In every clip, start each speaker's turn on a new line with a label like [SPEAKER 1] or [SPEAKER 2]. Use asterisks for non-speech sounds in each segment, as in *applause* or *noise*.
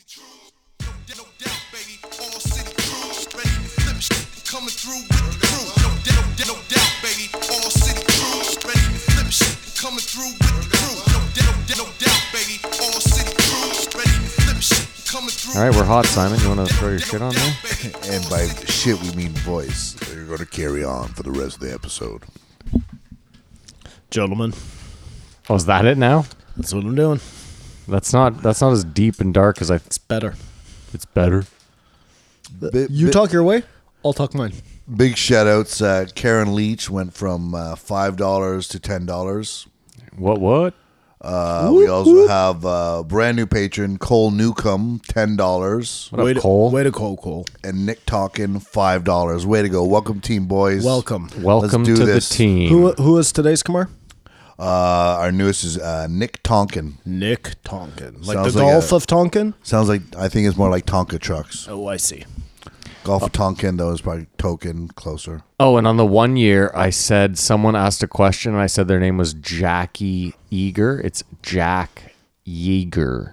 [SPEAKER 1] No doubt, baby. All city crews ready to flip shit. Coming through with the crew. No doubt, no doubt, baby. All city crews ready to flip shit. Coming through with the crew. No doubt, no doubt, baby. All city crews ready to flip shit. Coming through.
[SPEAKER 2] All right, we're hot, Simon. You want to throw your shit on there?
[SPEAKER 3] And by shit, we mean voice. You're going to carry on for the rest of the episode.
[SPEAKER 4] Gentlemen,
[SPEAKER 2] Oh, is that it now?
[SPEAKER 4] that's what I'm doing.
[SPEAKER 2] That's not. That's not as deep and dark as I.
[SPEAKER 4] It's better.
[SPEAKER 2] It's better.
[SPEAKER 3] Bit-
[SPEAKER 4] You
[SPEAKER 3] bit-
[SPEAKER 4] talk your way, I'll talk mine.
[SPEAKER 3] Big shout outs. Uh, Karen Leach went from uh, $5 to $10.
[SPEAKER 2] What? What?
[SPEAKER 3] Uh, we also have uh, brand new patron Cole Newcomb, $10.
[SPEAKER 2] What up, Cole?
[SPEAKER 4] Way to Cole, Cole.
[SPEAKER 3] And Nick Talkin, $5. Way to go. Welcome, team boys.
[SPEAKER 4] Welcome.
[SPEAKER 2] Welcome
[SPEAKER 3] do
[SPEAKER 2] to
[SPEAKER 3] this.
[SPEAKER 2] the team.
[SPEAKER 4] Who who is today's Kamar?
[SPEAKER 3] Uh, our newest is uh, Nick Tonkin.
[SPEAKER 4] Nick Tonkin, like
[SPEAKER 3] Sounds
[SPEAKER 4] the
[SPEAKER 3] like
[SPEAKER 4] Golf
[SPEAKER 3] a-
[SPEAKER 4] of Tonkin.
[SPEAKER 3] Sounds like, I think it's more like Tonka trucks.
[SPEAKER 4] Oh, I see. Uh,
[SPEAKER 3] Golf of Tonkin, though, is probably token closer.
[SPEAKER 2] Oh, and on the one year, I said someone asked a question, and I said their name was Jackie Eager. It's Jack Yeager,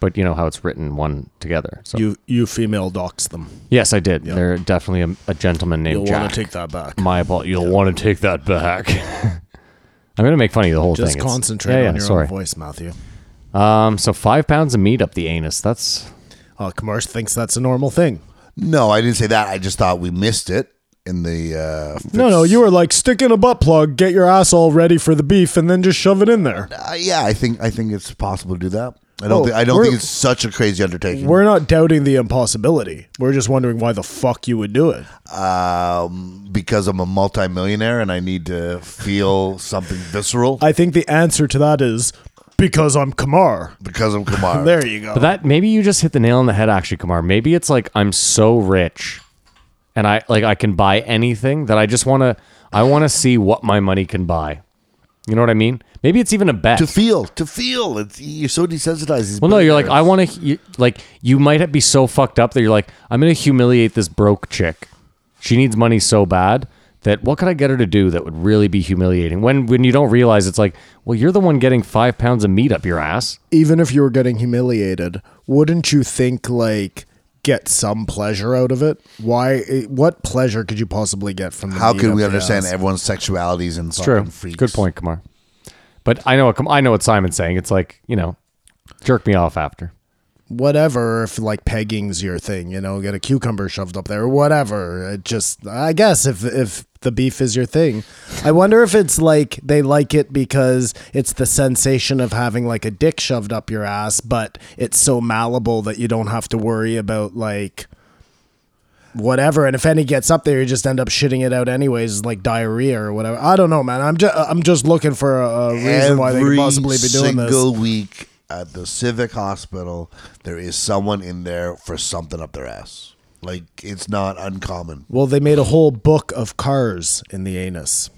[SPEAKER 2] but you know how it's written one together. So
[SPEAKER 4] You you female docs them.
[SPEAKER 2] yes, I did. They're definitely a, a gentleman named
[SPEAKER 4] You'll want
[SPEAKER 2] Jack.
[SPEAKER 4] to take that back.
[SPEAKER 2] My apologies. You'll want to take that back. *laughs* I'm gonna make fun of you the whole
[SPEAKER 4] Just
[SPEAKER 2] thing. It's-
[SPEAKER 4] concentrate
[SPEAKER 2] yeah, yeah,
[SPEAKER 4] on your
[SPEAKER 2] sorry.
[SPEAKER 4] own voice, Matthew.
[SPEAKER 2] Um, so five pounds of meat up the anus. That's
[SPEAKER 4] Uh, Kamar thinks that's a normal thing.
[SPEAKER 3] No, I didn't say that. I just thought we missed it in the. Uh, fix-
[SPEAKER 4] No, no, you were like stick in a butt plug, get your ass all ready for the beef, and then just shove it in there.
[SPEAKER 3] Uh, yeah, I think I think it's possible to do that. I don't.
[SPEAKER 4] Oh,
[SPEAKER 3] think, I don't
[SPEAKER 4] we're-
[SPEAKER 3] think it's such a crazy undertaking.
[SPEAKER 4] We're not doubting the impossibility. We're just wondering why the fuck you would do it.
[SPEAKER 3] um, because I'm a multimillionaire and I need to feel something visceral
[SPEAKER 4] I think the answer to that is because I'm Kamar.
[SPEAKER 3] because I'm
[SPEAKER 4] *laughs*
[SPEAKER 3] Kamar.
[SPEAKER 4] There you go.
[SPEAKER 2] but that. Maybe you just hit the nail on the head, actually, Kumar. Maybe it's like I'm so rich, and I like I can buy anything that I just want to. I want to see what my money can buy. You know what I mean? Maybe it's even a bet.
[SPEAKER 3] to feel, to feel. It's, you're so desensitized. These
[SPEAKER 2] well, no, you're like I
[SPEAKER 3] billionaires.
[SPEAKER 2] want to. Like you might be so fucked up that you're like I'm gonna humiliate this broke chick. She needs money so bad that what could I get her to do that would really be humiliating? When when you don't realize it's like, well, you're the one getting five pounds of meat up your ass.
[SPEAKER 4] Even if you were getting humiliated, wouldn't you think like get some pleasure out of it? Why? eh, What pleasure could you possibly get from? The
[SPEAKER 3] How
[SPEAKER 4] meat
[SPEAKER 3] could
[SPEAKER 4] up
[SPEAKER 3] we
[SPEAKER 4] your
[SPEAKER 3] understand
[SPEAKER 4] ass?
[SPEAKER 3] everyone's sexualities and
[SPEAKER 2] True.
[SPEAKER 3] fucking freaks?
[SPEAKER 2] Good point, Kamar. But I know what Kam- I know what Simon's saying. It's like you know, jerk me off after.
[SPEAKER 4] whatever if like pegging's your thing you know get a cucumber shoved up there or whatever it just i guess if if the beef is your thing i wonder if it's like they like it because it's the sensation of having like a dick shoved up your ass but it's so malleable that you don't have to worry about like whatever and if any gets up there you just end up shitting it out anyways like diarrhea or whatever i don't know man i'm just i'm just looking for a, a reason why they could
[SPEAKER 3] Every
[SPEAKER 4] possibly be doing this
[SPEAKER 3] single week at the Civic Hospital, there is someone in there for something up their ass. Like it's not uncommon.
[SPEAKER 4] Well, they made a whole book of cars in the anus.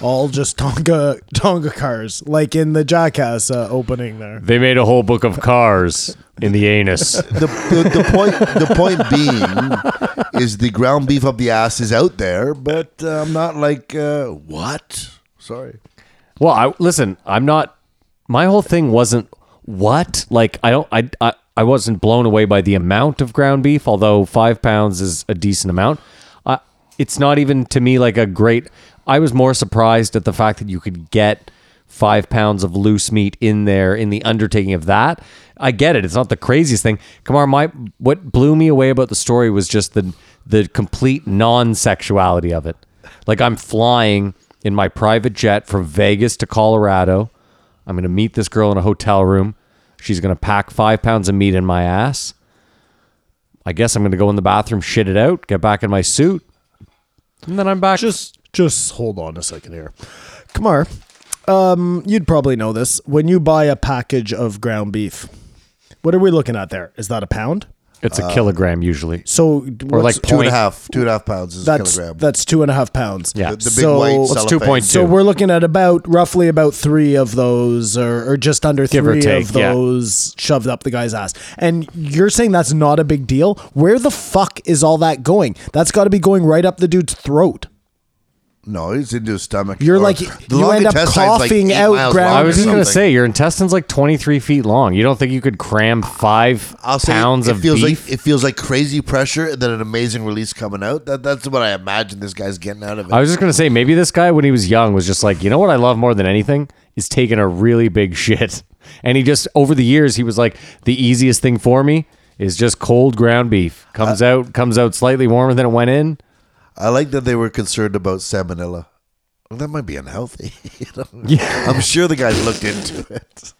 [SPEAKER 4] All just Tonga *laughs* Tonga cars, like in the Jackass uh, opening there.
[SPEAKER 2] They made a whole book of cars in the
[SPEAKER 3] *laughs*
[SPEAKER 2] anus.
[SPEAKER 3] The, the, the point the point being is the ground beef up the ass is out there, but uh, I'm not like uh, what? Sorry.
[SPEAKER 2] Well, I listen. I'm not. My whole thing wasn't what like I don't. I I, I wasn't blown away by the amount of ground beef, although five pounds is a decent amount. Uh, it's not even to me like a great. I was more surprised at the fact that you could get five pounds of loose meat in there in the undertaking of that. I get it. It's not the craziest thing. Kamar, my what blew me away about the story was just the the complete non-sexuality of it. Like I'm flying in my private jet from Vegas to Colorado. I'm gonna meet this girl in a hotel room. She's gonna pack five pounds of meat in my ass. I guess I'm gonna go in the bathroom, shit it out, get back in my suit, and then I'm back.
[SPEAKER 4] Just just hold on a second here, Kamar. Um, you'd probably know this when you buy a package of ground beef. What are we looking at there? Is that a pound?
[SPEAKER 2] it's a kilogram usually,
[SPEAKER 4] So
[SPEAKER 2] or
[SPEAKER 4] what's-
[SPEAKER 2] like
[SPEAKER 3] uh, Two and a
[SPEAKER 2] point.
[SPEAKER 3] half, two and a half pounds is
[SPEAKER 4] that's
[SPEAKER 3] a kilogram.
[SPEAKER 4] that's two and a half pounds.
[SPEAKER 2] Yeah.
[SPEAKER 3] the, the big
[SPEAKER 4] So-
[SPEAKER 3] white
[SPEAKER 4] Well, it's
[SPEAKER 3] cellophane.
[SPEAKER 2] 2.2.
[SPEAKER 4] So we're looking at about roughly about three of those, or, or just under
[SPEAKER 2] Give or
[SPEAKER 4] three
[SPEAKER 2] take,
[SPEAKER 4] of
[SPEAKER 2] yeah.
[SPEAKER 4] those shoved up the guy's ass. And you're saying that's not a big deal? Where the fuck is all that going? That's got to be going right up the dude's throat.
[SPEAKER 3] No, it's into his stomach.
[SPEAKER 4] You're
[SPEAKER 3] Or
[SPEAKER 4] like-
[SPEAKER 3] the
[SPEAKER 4] you
[SPEAKER 3] long
[SPEAKER 4] end up
[SPEAKER 3] intestine's like
[SPEAKER 4] coughing
[SPEAKER 3] eight
[SPEAKER 4] out
[SPEAKER 3] miles
[SPEAKER 4] ground
[SPEAKER 3] long
[SPEAKER 2] I
[SPEAKER 3] or
[SPEAKER 2] was just gonna
[SPEAKER 3] something.
[SPEAKER 2] say your intestine's like 23 feet long. You don't think you could cram 5 pounds
[SPEAKER 3] Uh, it
[SPEAKER 2] of
[SPEAKER 3] feels
[SPEAKER 2] beef?
[SPEAKER 3] like it feels like crazy pressure and then an amazing release coming out. That that's what I imagine this guy's getting out of it.
[SPEAKER 2] I was just gonna say maybe this guy when he was young was just like, you know what I love more than anything is taking a really big shit. *laughs* And he just over the years he was like, the easiest thing for me is just cold ground beef.
[SPEAKER 3] Uh,
[SPEAKER 2] Comes out comes out slightly warmer than it went in.
[SPEAKER 3] I like that they were concerned about salmonella. Well, that might be unhealthy. *laughs* You know? I'm sure the guy looked into it.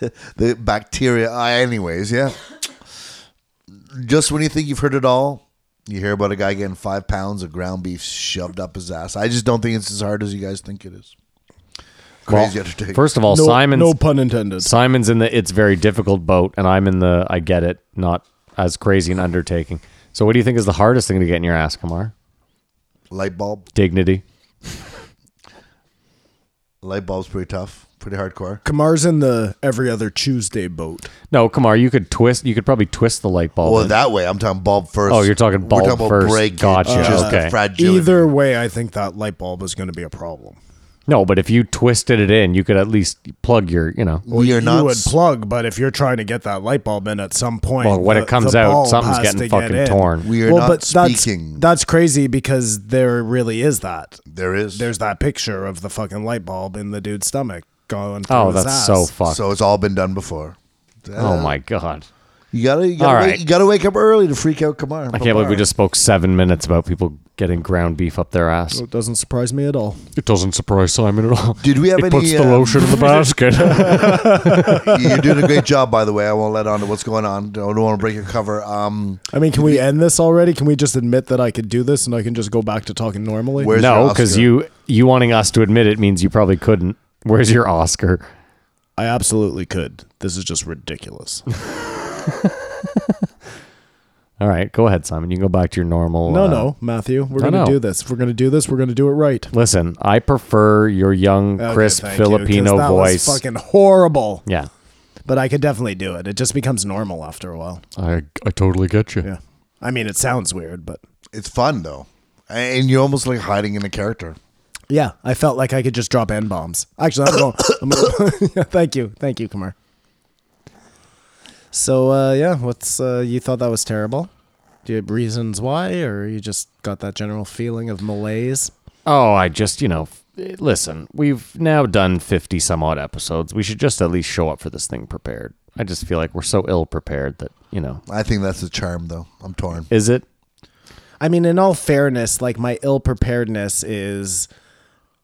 [SPEAKER 3] *laughs* the bacteria, I- anyways, yeah. Just when you think you've heard it all, you hear about a guy getting five pounds of ground beef shoved up his ass. I just don't think it's as hard as you guys think it is.
[SPEAKER 2] Well,
[SPEAKER 3] Crazy undertaking.
[SPEAKER 2] first of all,
[SPEAKER 4] No,
[SPEAKER 2] Simon's
[SPEAKER 4] no pun intended.
[SPEAKER 2] Simon's in the it's very difficult boat, and I'm in the I get it, not as crazy an undertaking. So what do you think is the hardest thing to get in your ass, Kamar?
[SPEAKER 3] light bulb,
[SPEAKER 2] Dignity.
[SPEAKER 3] light bulb's pretty tough, pretty hardcore.
[SPEAKER 4] Kamar's in the every other Tuesday boat.
[SPEAKER 2] No, Kamar, you could twist. You could probably twist the light bulb.
[SPEAKER 3] Well,
[SPEAKER 2] in.
[SPEAKER 3] that way, I'm talking bulb first.
[SPEAKER 2] Oh, you're talking bulb first.
[SPEAKER 3] breakage,
[SPEAKER 2] Gotcha.
[SPEAKER 3] Just the
[SPEAKER 2] Okay.
[SPEAKER 3] fragility.
[SPEAKER 4] Either way, I think that light bulb is going to be a problem.
[SPEAKER 2] no, but if you twisted it in, you could at least plug your, you know.
[SPEAKER 3] we are not
[SPEAKER 4] you would plug, but if you're trying to get that light bulb in at some point,
[SPEAKER 2] Well, when
[SPEAKER 4] the-
[SPEAKER 2] it comes
[SPEAKER 4] the
[SPEAKER 2] out,
[SPEAKER 4] bulb
[SPEAKER 2] something's
[SPEAKER 4] has
[SPEAKER 2] getting
[SPEAKER 4] to get
[SPEAKER 2] fucking
[SPEAKER 4] in.
[SPEAKER 2] torn.
[SPEAKER 3] We are
[SPEAKER 4] well,
[SPEAKER 3] not
[SPEAKER 4] but
[SPEAKER 3] speaking.
[SPEAKER 4] That's, that's crazy because there really is that.
[SPEAKER 3] *laughs* There is.
[SPEAKER 4] There's that picture of the fucking light bulb in the dude's stomach going. Through
[SPEAKER 2] Oh,
[SPEAKER 4] his
[SPEAKER 2] that's
[SPEAKER 4] ass.
[SPEAKER 2] so fucked.
[SPEAKER 3] so uh, it's all been done before.
[SPEAKER 2] oh my god!
[SPEAKER 3] You gotta, you gotta,
[SPEAKER 2] All
[SPEAKER 3] wake,
[SPEAKER 2] right.
[SPEAKER 3] you gotta wake up early to freak out Kamar.
[SPEAKER 2] I can't believe we just spoke seven minutes about people getting ground beef up their ass.
[SPEAKER 4] It doesn't surprise me at all.
[SPEAKER 2] It doesn't surprise Simon at all.
[SPEAKER 3] Did we have
[SPEAKER 2] He
[SPEAKER 3] any?
[SPEAKER 2] puts the
[SPEAKER 3] uh, *laughs*
[SPEAKER 2] lotion in the basket.
[SPEAKER 3] You're doing a great job, by the way. I won't let on to what's going on. I don't want to break your cover. Um,
[SPEAKER 4] I mean, can we end this already? Can we just admit that I could do this and I can just go back to talking normally?
[SPEAKER 3] where's
[SPEAKER 2] no,
[SPEAKER 3] your
[SPEAKER 2] because
[SPEAKER 3] Oscar?
[SPEAKER 2] you you wanting us to admit it means you probably couldn't. Where's your Oscar?
[SPEAKER 4] I absolutely could. This is
[SPEAKER 2] *laughs*
[SPEAKER 4] just ridiculous.
[SPEAKER 2] All right, go ahead, Simon. You can go back to your normal.
[SPEAKER 4] No,
[SPEAKER 2] uh,
[SPEAKER 4] no, Matthew, we're
[SPEAKER 2] I
[SPEAKER 4] gonna
[SPEAKER 2] know.
[SPEAKER 4] do this. If we're gonna do this, we're gonna do it right.
[SPEAKER 2] Listen, I prefer your young,
[SPEAKER 4] Okay,
[SPEAKER 2] crisp
[SPEAKER 4] thank you, 'cause
[SPEAKER 2] Filipino
[SPEAKER 4] that
[SPEAKER 2] voice.
[SPEAKER 4] Was fucking horrible.
[SPEAKER 2] yeah,
[SPEAKER 4] But I could definitely do it. It just becomes normal after a while.
[SPEAKER 2] I I totally get you.
[SPEAKER 4] Yeah. I mean, it sounds weird, but
[SPEAKER 3] It's fun though, and you're almost like hiding in a character.
[SPEAKER 4] yeah, I felt like I could just drop n bombs. Actually, I'm going. *coughs* I'm going yeah, thank you, thank you, Kumar. So uh, yeah, what's uh, you thought that was terrible? Do you have reasons why, or you just got that general feeling of malaise?
[SPEAKER 2] Oh, I just, you know, f- listen, we've now done 50 some odd episodes. We should just at least show up for this thing prepared. I just feel like we're so ill prepared that, you know,
[SPEAKER 3] I think that's the charm, though. I'm torn.
[SPEAKER 2] is it?
[SPEAKER 4] I mean, in all fairness, like my ill preparedness is,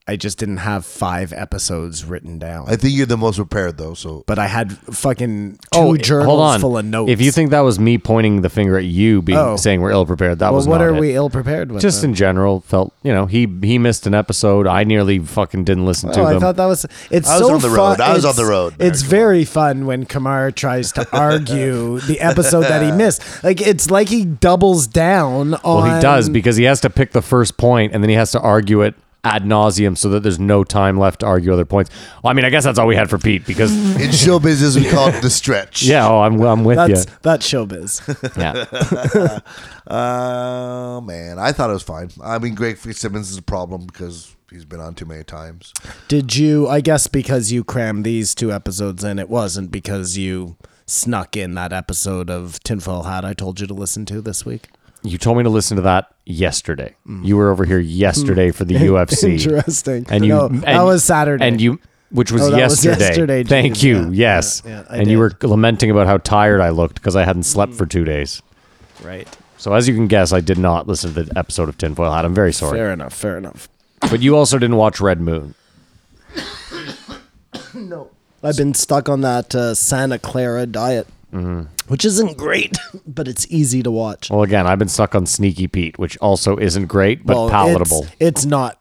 [SPEAKER 4] I just didn't have five episodes written down.
[SPEAKER 3] I think you're the most prepared though. So
[SPEAKER 4] but I had fucking two
[SPEAKER 2] Oh,
[SPEAKER 4] journals
[SPEAKER 2] hold on.
[SPEAKER 4] full of notes.
[SPEAKER 2] If you think that was me pointing the finger at you being
[SPEAKER 4] Oh.
[SPEAKER 2] saying we're ill prepared, that
[SPEAKER 4] well,
[SPEAKER 2] was
[SPEAKER 4] what
[SPEAKER 2] not
[SPEAKER 4] are
[SPEAKER 2] it.
[SPEAKER 4] we ill prepared with?
[SPEAKER 2] Just
[SPEAKER 4] then?
[SPEAKER 2] in general, felt you know he he missed an episode. I nearly fucking didn't listen to
[SPEAKER 4] Oh,
[SPEAKER 2] them.
[SPEAKER 4] I thought that was. It's
[SPEAKER 3] I was
[SPEAKER 4] so
[SPEAKER 3] on the
[SPEAKER 4] fun-
[SPEAKER 3] road. I was on
[SPEAKER 4] it's-
[SPEAKER 3] the road there,
[SPEAKER 4] It's
[SPEAKER 3] come
[SPEAKER 4] very fun when Kamar tries
[SPEAKER 3] *laughs*
[SPEAKER 4] to argue the episode that he missed. Like it's like he doubles down on.
[SPEAKER 2] well, he does because he has to pick the first point and then he has to argue it ad nauseum so that there's no time left to argue other points. Well, I mean, I guess that's all we had for Pete
[SPEAKER 4] *laughs*
[SPEAKER 2] because *laughs*
[SPEAKER 3] in show business, we call it the stretch.
[SPEAKER 2] yeah, oh, I'm I'm with
[SPEAKER 4] that's
[SPEAKER 2] you.
[SPEAKER 4] that's *laughs* showbiz.
[SPEAKER 3] *laughs*
[SPEAKER 2] Yeah.
[SPEAKER 3] Oh man, I thought it was fine. I mean, Greg Fitzsimmons is a problem because he's been on too many times.
[SPEAKER 4] Did you? I guess because you crammed these two episodes in, it wasn't because you snuck in that episode of Tinfoil Hat I told you to listen to this week.
[SPEAKER 2] You told me to listen to that yesterday. You were over here yesterday for the UFC.
[SPEAKER 4] Mm. *laughs* Interesting.
[SPEAKER 2] And you
[SPEAKER 4] No, that
[SPEAKER 2] and-
[SPEAKER 4] was Saturday.
[SPEAKER 2] And you which was
[SPEAKER 4] Oh, that was
[SPEAKER 2] yesterday.
[SPEAKER 4] yesterday,
[SPEAKER 2] Thank
[SPEAKER 4] James.
[SPEAKER 2] you.
[SPEAKER 4] Yeah,
[SPEAKER 2] yes.
[SPEAKER 4] yeah, yeah, I
[SPEAKER 2] and you were
[SPEAKER 4] did. Mm.
[SPEAKER 2] lamenting about how tired I looked because I hadn't slept for 2 days.
[SPEAKER 4] Right.
[SPEAKER 2] So as you can guess, I did not listen to the episode of Tinfoil Hat. I'm very sorry.
[SPEAKER 4] Fair enough. Fair enough.
[SPEAKER 2] But you also didn't watch Red Moon.
[SPEAKER 4] I've been stuck on that uh, Santa Clara diet,
[SPEAKER 2] Mm-hmm.
[SPEAKER 4] which isn't great, *laughs* but it's easy to watch.
[SPEAKER 2] Well, again, I've been stuck on Sneaky Pete, which also isn't great but
[SPEAKER 4] Well, it's-
[SPEAKER 2] palatable.
[SPEAKER 4] It's, not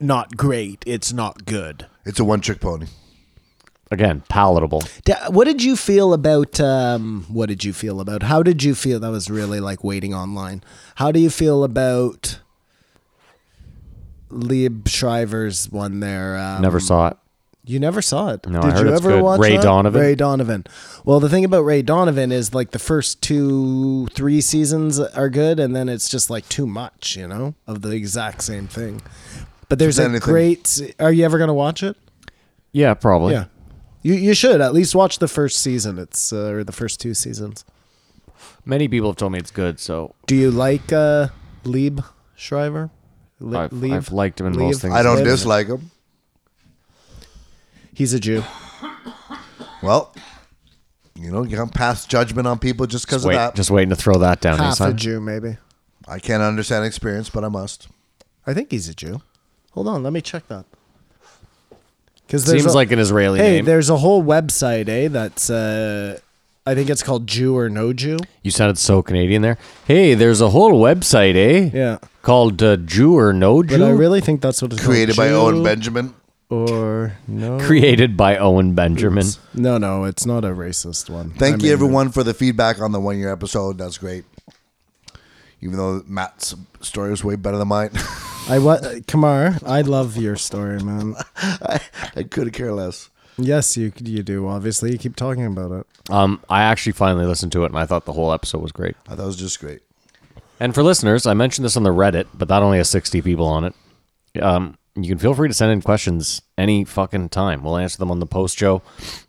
[SPEAKER 4] not great. It's not good.
[SPEAKER 3] It's a one-trick pony.
[SPEAKER 2] Again, palatable.
[SPEAKER 4] Da- What did you feel about? Um, what did you feel about? How did you feel? That was really like waiting online. How do you feel about Lieb Shriver's one there? Um,
[SPEAKER 2] Never saw it.
[SPEAKER 4] You never saw it.
[SPEAKER 2] No, I
[SPEAKER 4] Did
[SPEAKER 2] heard
[SPEAKER 4] you
[SPEAKER 2] it's
[SPEAKER 4] ever
[SPEAKER 2] good.
[SPEAKER 4] watch
[SPEAKER 2] Ray
[SPEAKER 4] that?
[SPEAKER 2] Donovan?
[SPEAKER 4] Ray Donovan. Well, the thing about Ray Donovan is like the first two, three seasons are good, and then it's just like too much, you know, of the exact same thing. But there's
[SPEAKER 3] Just
[SPEAKER 4] a
[SPEAKER 3] anything.
[SPEAKER 4] great. Are you ever gonna watch it?
[SPEAKER 2] Yeah, probably.
[SPEAKER 4] Yeah, you you should at least watch the first season. It's uh, or the first two seasons.
[SPEAKER 2] Many people have told me it's good, so
[SPEAKER 4] Do you like uh, Lieb Shriver? Li-
[SPEAKER 2] I've-
[SPEAKER 4] Lieb?
[SPEAKER 2] I've liked him in most things.
[SPEAKER 3] I don't
[SPEAKER 4] Lieb?
[SPEAKER 3] dislike him.
[SPEAKER 4] He's a Jew.
[SPEAKER 3] Well, you know, you can't pass judgment on people just because of
[SPEAKER 2] wait,
[SPEAKER 3] that.
[SPEAKER 2] just waiting to throw that down.
[SPEAKER 4] Half a
[SPEAKER 2] anytime.
[SPEAKER 4] Jew, maybe.
[SPEAKER 3] I can't understand experience, but I must.
[SPEAKER 4] I think he's a Jew. Hold on, let me check that. Because
[SPEAKER 2] Seems like an Israeli
[SPEAKER 4] hey,
[SPEAKER 2] name.
[SPEAKER 4] there's a whole website, eh? That's uh, I think it's called Jew or No Jew.
[SPEAKER 2] You sounded so Canadian there. Hey, there's a whole website, eh?
[SPEAKER 4] Yeah.
[SPEAKER 2] Called uh, Jew or No Jew,
[SPEAKER 4] But I really think that's what it's
[SPEAKER 3] Created
[SPEAKER 4] called.
[SPEAKER 3] by
[SPEAKER 4] Jew
[SPEAKER 3] Owen Benjamin.
[SPEAKER 4] or no?
[SPEAKER 2] created by Owen Benjamin.
[SPEAKER 4] No, no, it's not a racist one.
[SPEAKER 3] Thank
[SPEAKER 4] I
[SPEAKER 3] you,
[SPEAKER 4] mean,
[SPEAKER 3] everyone, for the feedback on the one year episode. That's great. Even though Matt's story was way better than mine, *laughs*
[SPEAKER 4] I wa- Kamar, I love your story, man.
[SPEAKER 3] I, I could care less.
[SPEAKER 4] Yes, you you do. Obviously, you keep talking about it.
[SPEAKER 2] Um, I actually finally listened to it, and I thought the whole episode was great.
[SPEAKER 3] I thought it was just great.
[SPEAKER 2] And for listeners, I mentioned this on the Reddit, but that only has 60 people on it. Um, you can feel free to send in questions any fucking time. We'll answer them on the post show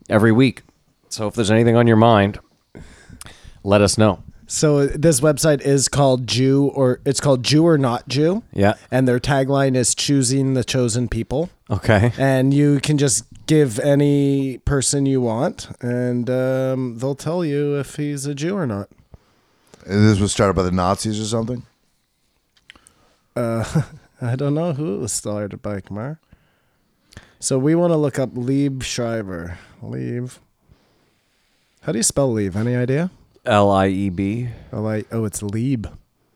[SPEAKER 2] every week. So if there's anything on your mind, let us know.
[SPEAKER 4] So uh, this website is called Jew or it's called Jew or Not Jew.
[SPEAKER 2] Yeah.
[SPEAKER 4] And their tagline is choosing the chosen people.
[SPEAKER 2] Okay.
[SPEAKER 4] And you can just give any person you want and um, they'll tell you if he's a Jew or not.
[SPEAKER 3] And this was started by the Nazis or something.
[SPEAKER 4] I don't know who it was started by Kumar. So we want to look up Lieb Schreiber. Lieb. How do you spell Lieb? Any idea?
[SPEAKER 2] L I E B,
[SPEAKER 4] Oh, I, oh it's Lieb.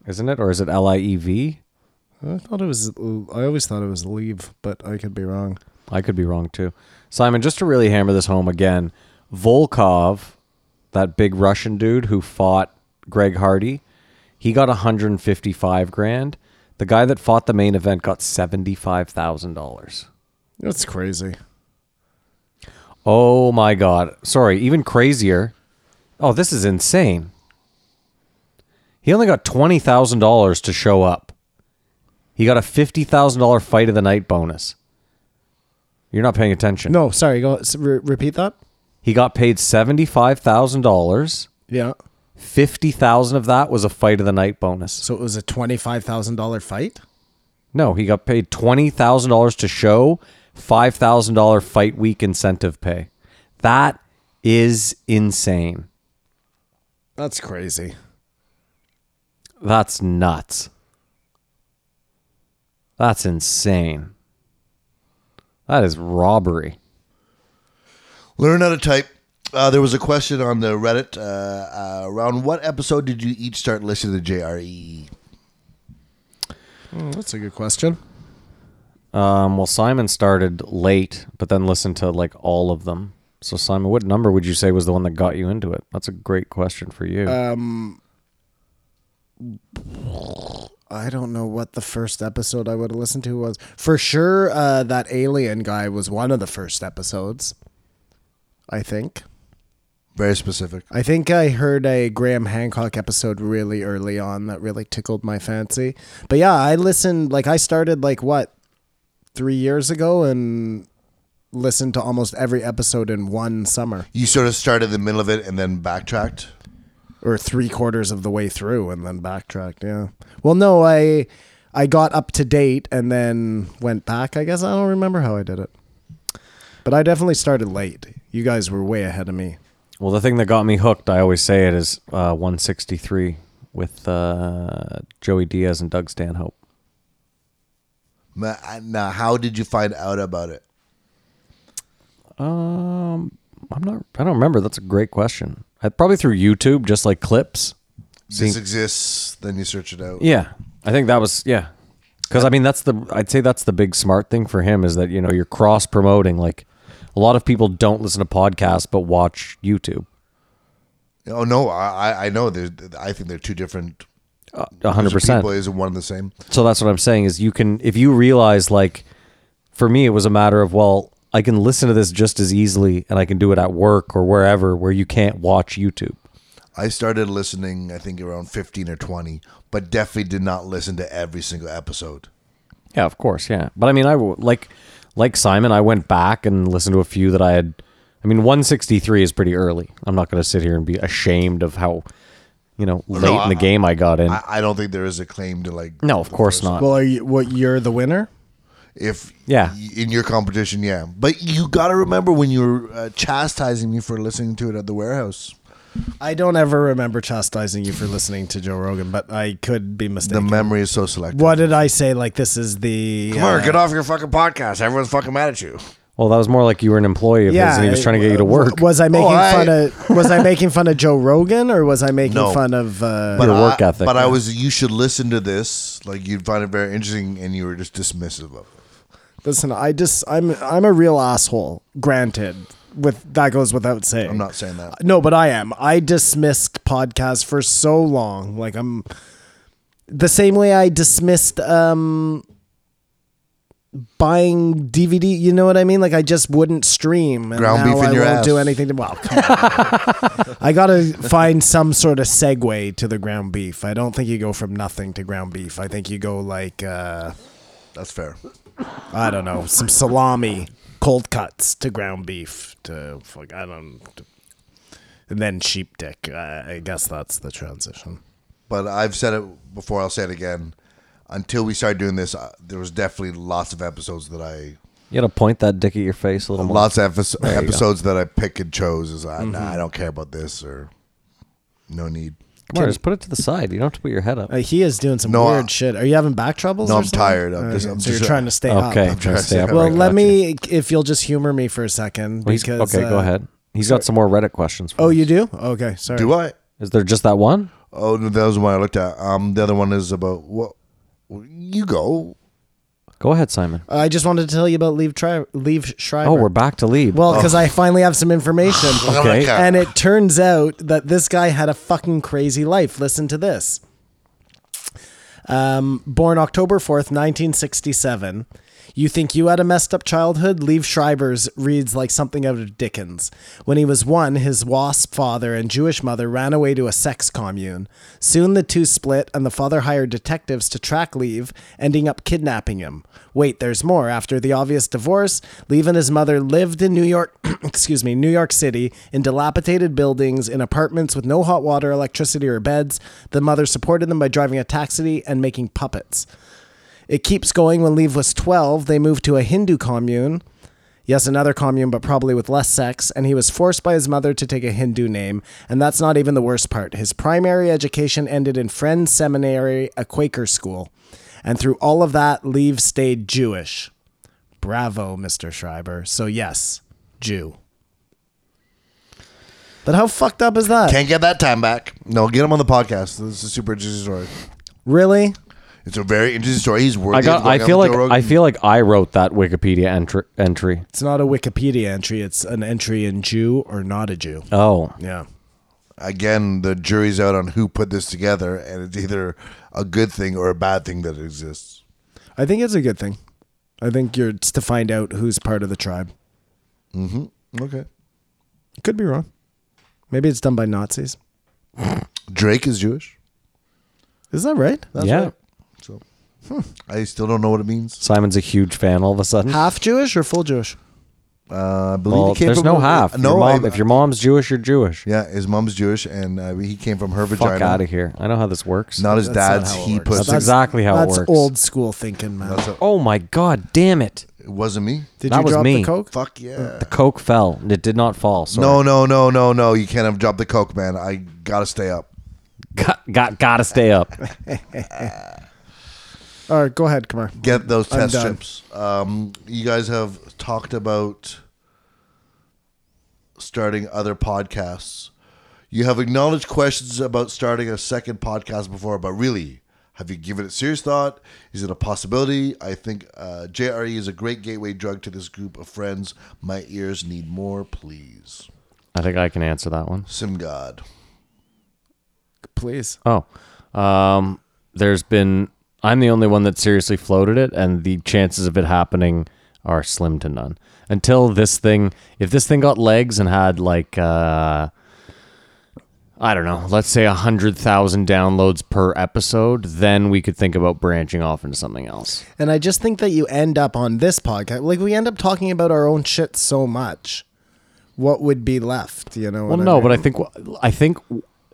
[SPEAKER 2] isn't it? Or is it L I E V?
[SPEAKER 4] I thought it was. I always thought it was Lieb, but I could be wrong.
[SPEAKER 2] I could be wrong too. Simon, just to really hammer this home again, Volkov, that big Russian dude who fought Greg Hardy, he got 155 grand. The guy that fought the main event got $75,000.
[SPEAKER 4] That's crazy.
[SPEAKER 2] Oh my god. Sorry, even crazier. Oh, this is insane. He only got $20,000 to show up. He got a $50,000 fight of the night bonus. You're not paying attention.
[SPEAKER 4] No, sorry. Go s- re- repeat that.
[SPEAKER 2] He got paid seventy-five thousand dollars.
[SPEAKER 4] Yeah.
[SPEAKER 2] Fifty thousand of that was a fight of the night bonus.
[SPEAKER 4] So it was a twenty-five thousand dollar fight.
[SPEAKER 2] No, he got paid twenty thousand dollars to show, five thousand dollar fight week incentive pay. That is insane.
[SPEAKER 4] That's crazy.
[SPEAKER 2] That's nuts. That's insane. That is robbery.
[SPEAKER 3] Learn how to type. Uh, there was a question on the Reddit uh, uh, around what episode did you each start listening to JRE?
[SPEAKER 4] that's a good question.
[SPEAKER 2] Um, well, Simon started late, but then listened to like all of them. So, Simon, what number would you say was the one that got you into it? That's a great question for you.
[SPEAKER 4] I don't know what the first episode I would have listened to was. For sure, uh, that alien guy was one of the first episodes. I think.
[SPEAKER 3] Very specific.
[SPEAKER 4] I think I heard a Graham Hancock episode really early on that really tickled my fancy. But yeah, I listened like I started like what three years ago and listened to almost every episode in one summer
[SPEAKER 3] You sort of started in the middle of it and then backtracked.
[SPEAKER 4] or three quarters of the way through and then backtracked. Yeah. Well, no, I I got up to date and then went back. I guess I don't remember how I did it, but I definitely started late. You guys were way ahead of me.
[SPEAKER 2] Well, the thing that got me hooked, I always say it, is uh, 163 with uh, Joey Diaz and Doug Stanhope.
[SPEAKER 3] Ma- I- Now, how did you find out about it?
[SPEAKER 2] Um, I'm not. I don't remember. That's a great question. I, probably through YouTube, just like clips.
[SPEAKER 3] This exists. Then you search it out.
[SPEAKER 2] Yeah, I think that was yeah. Because I mean, that's the I'd say that's the big smart thing for him is that you know you're cross promoting. Like a lot of people don't listen to podcasts but watch YouTube.
[SPEAKER 3] Oh no, I I- I know. There's, I think they're two different.
[SPEAKER 2] A uh, hundred percent.
[SPEAKER 3] People isn't one and the same.
[SPEAKER 2] So that's what I'm saying is you can if you realize like for me it was a matter of well I can listen to this just as easily, and I can do it at work or wherever where you can't watch YouTube.
[SPEAKER 3] I started listening, I think around 15 or 20, but definitely did not listen to every single episode.
[SPEAKER 2] Yeah, of course, yeah. But I mean, I w- like like Simon, I went back and listened to a few that I had. I mean, 163 is pretty early. I'm not going to sit here and be ashamed of how you know late in the
[SPEAKER 3] I-
[SPEAKER 2] game I got in.
[SPEAKER 3] I, I don't think there is a claim to like.
[SPEAKER 2] no, of course not.
[SPEAKER 4] Well, are you what you're the winner?
[SPEAKER 3] If
[SPEAKER 2] Yeah.
[SPEAKER 3] y- in your competition, yeah. But you got to remember when you were uh, chastising me for listening to it at the warehouse.
[SPEAKER 4] I don't ever remember chastising you for listening to Joe Rogan, but I could be
[SPEAKER 3] The
[SPEAKER 4] mistaken.
[SPEAKER 3] memory is so selective.
[SPEAKER 4] what did I say? Like this is the
[SPEAKER 3] Come on,
[SPEAKER 4] uh,
[SPEAKER 3] get off your fucking podcast. Everyone's fucking mad at you.
[SPEAKER 2] well, that was more like you were an employee of his, and he was trying to get you to work.
[SPEAKER 4] Was I making
[SPEAKER 3] Oh, I-
[SPEAKER 4] fun of Was I making fun of Joe Rogan or was I making
[SPEAKER 3] No.
[SPEAKER 4] fun of? Uh,
[SPEAKER 3] But
[SPEAKER 2] Your work
[SPEAKER 3] I,
[SPEAKER 2] ethic,
[SPEAKER 3] But I
[SPEAKER 2] yeah.
[SPEAKER 3] was. You should listen to this. Like you'd find it very interesting, and you were just dismissive of it.
[SPEAKER 4] listen, I just I'm I'm a real asshole. Granted, with that goes without saying.
[SPEAKER 3] I'm not saying that.
[SPEAKER 4] No, but I am. I dismissed podcasts for so long. Like I'm the same way I dismissed um buying DVD. You know what I mean? Like I just wouldn't stream. And
[SPEAKER 3] Ground
[SPEAKER 4] now
[SPEAKER 3] beef in
[SPEAKER 4] I
[SPEAKER 3] your
[SPEAKER 4] won't
[SPEAKER 3] ass.
[SPEAKER 4] do anything to. Well, come on. *laughs* I gotta find some sort of segue to the ground beef. I don't think you go from nothing to ground beef. I think you go like uh
[SPEAKER 3] That's fair.
[SPEAKER 4] I don't know some salami, cold cuts to ground beef to fuck. I don't. And then sheep dick. I, I guess that's the transition.
[SPEAKER 3] But I've said it before. I'll say it again. Until we started doing this, uh, there was definitely lots of episodes that I,
[SPEAKER 2] you got to point that dick at your face a little more.
[SPEAKER 3] lots of episo- episodes that I pick and chose as I, nah,
[SPEAKER 2] Mm-hmm.
[SPEAKER 3] I don't care about this or no need.
[SPEAKER 2] Come on, just put it to the side. You don't have to put your head up.
[SPEAKER 4] Uh, he is doing some
[SPEAKER 3] No,
[SPEAKER 4] weird
[SPEAKER 3] I-
[SPEAKER 4] shit. Are you having back troubles?
[SPEAKER 3] No,
[SPEAKER 4] or
[SPEAKER 3] I'm
[SPEAKER 4] something?
[SPEAKER 3] tired. I'm
[SPEAKER 4] Okay,
[SPEAKER 3] just- I'm
[SPEAKER 4] so you're
[SPEAKER 3] just-
[SPEAKER 4] trying to stay
[SPEAKER 2] okay,
[SPEAKER 4] up.
[SPEAKER 2] trying to stay
[SPEAKER 3] Well,
[SPEAKER 2] upright.
[SPEAKER 4] Well, let
[SPEAKER 2] Gotcha.
[SPEAKER 4] me, if you'll just humor me for a second,
[SPEAKER 2] Well, he's-
[SPEAKER 4] because
[SPEAKER 2] okay, go
[SPEAKER 4] uh,
[SPEAKER 2] ahead. He's got some more Reddit questions. For
[SPEAKER 4] Oh,
[SPEAKER 2] us.
[SPEAKER 4] you do? Okay, sorry.
[SPEAKER 3] Do I?
[SPEAKER 2] Is there just that one?
[SPEAKER 3] Oh, no, that was the one I looked at. Um, the other one is about what you go.
[SPEAKER 2] Go ahead, Simon.
[SPEAKER 4] I just wanted to tell you about leave tri- leave Shriver.
[SPEAKER 2] Oh, we're back to leave.
[SPEAKER 4] well because I finally have some information.
[SPEAKER 2] *sighs* Okay.
[SPEAKER 4] And it turns out that this guy had a fucking crazy life. Listen to this. Um, born October 4th, 1967. You think you had a messed up childhood? Leave Schreiber's reads like something out of Dickens. When he was one, his wasp father and Jewish mother ran away to a sex commune. Soon the two split, and the father hired detectives to track Leave, ending up kidnapping him. Wait, there's more. After the obvious divorce, Leave and his mother lived in New York, *clears throat* excuse me, New York City, in dilapidated buildings, in apartments with no hot water, electricity, or beds. The mother supported them by driving a taxi and making puppets. It keeps going. When Leave was 12, they moved to a Hindu commune. Yes, another commune, but probably with less sex. And he was forced by his mother to take a Hindu name. And that's not even the worst part. His primary education ended in Friends Seminary, a Quaker school. And through all of that, Leave stayed Jewish. Bravo, Mr. Schreiber. So, yes, Jew. But how fucked up is that?
[SPEAKER 3] Can't get that time back. No, get him on the podcast. This is a super interesting story.
[SPEAKER 4] really?
[SPEAKER 3] It's a very interesting story. He's worthy.
[SPEAKER 2] I
[SPEAKER 3] of
[SPEAKER 2] got.
[SPEAKER 3] going
[SPEAKER 2] I
[SPEAKER 3] on
[SPEAKER 2] feel
[SPEAKER 3] with
[SPEAKER 2] like
[SPEAKER 3] Joe Rogan.
[SPEAKER 2] I feel like I wrote that Wikipedia entry. entry.
[SPEAKER 4] It's not a Wikipedia entry, it's an entry in Jew or not a Jew.
[SPEAKER 2] Oh,
[SPEAKER 4] Yeah.
[SPEAKER 3] again the jury's out on who put this together, and it's either a good thing or a bad thing that it exists.
[SPEAKER 4] I think it's a good thing. I think you're it's to find out who's part of the tribe.
[SPEAKER 3] Okay.
[SPEAKER 4] Could be wrong. Maybe it's done by Nazis.
[SPEAKER 3] Drake is Jewish.
[SPEAKER 4] Is that right?
[SPEAKER 2] yeah.
[SPEAKER 3] So I still don't know what it means.
[SPEAKER 2] Simon's a huge fan. All of a sudden,
[SPEAKER 4] Half Jewish or full Jewish?
[SPEAKER 3] Uh, I believe
[SPEAKER 2] Well,
[SPEAKER 3] he came
[SPEAKER 2] there's
[SPEAKER 3] from
[SPEAKER 2] no half.
[SPEAKER 3] No,
[SPEAKER 2] your mom,
[SPEAKER 3] I-
[SPEAKER 2] if your mom's Jewish, you're Jewish.
[SPEAKER 3] yeah, his mom's Jewish, and uh, he came from her
[SPEAKER 2] Fuck
[SPEAKER 3] vagina.
[SPEAKER 2] out of here. I know how this works.
[SPEAKER 3] Not his dad's.
[SPEAKER 4] how it
[SPEAKER 3] he
[SPEAKER 4] works.
[SPEAKER 3] put.
[SPEAKER 2] That's exactly how it
[SPEAKER 4] That's
[SPEAKER 2] works.
[SPEAKER 4] old school thinking, man.
[SPEAKER 3] That's a-
[SPEAKER 2] oh my god, damn it!
[SPEAKER 3] it wasn't me.
[SPEAKER 4] Did
[SPEAKER 2] that
[SPEAKER 4] you
[SPEAKER 2] was
[SPEAKER 4] drop
[SPEAKER 2] me.
[SPEAKER 4] the coke?
[SPEAKER 3] Fuck yeah.
[SPEAKER 2] The coke fell. It did not fall. Sorry.
[SPEAKER 3] No, no, no, no, no. You can't have dropped the coke, man. I gotta stay up.
[SPEAKER 2] *laughs* got got gotta stay up.
[SPEAKER 4] All right, go ahead, Kumar.
[SPEAKER 3] Get those
[SPEAKER 4] I'm
[SPEAKER 3] test
[SPEAKER 4] done.
[SPEAKER 3] strips. Um, you guys have talked about starting other podcasts. You have acknowledged questions about starting a second podcast before, but really, have you given it serious thought? Is it a possibility? I think uh, JRE is a great gateway drug to this group of friends. My ears need more, please.
[SPEAKER 2] I think I can answer that one.
[SPEAKER 3] Sim God.
[SPEAKER 4] Please.
[SPEAKER 2] Oh, um, there's been. I'm the only one that seriously floated it, and the chances of it happening are slim to none. Until this thing, if this thing got legs and had like, uh, I don't know, let's say a hundred thousand downloads per episode, then we could think about branching off into something else.
[SPEAKER 4] And I just think that you end up on this podcast, like we end up talking about our own shit so much. What would be left, you know?
[SPEAKER 2] Well, no, but I think I think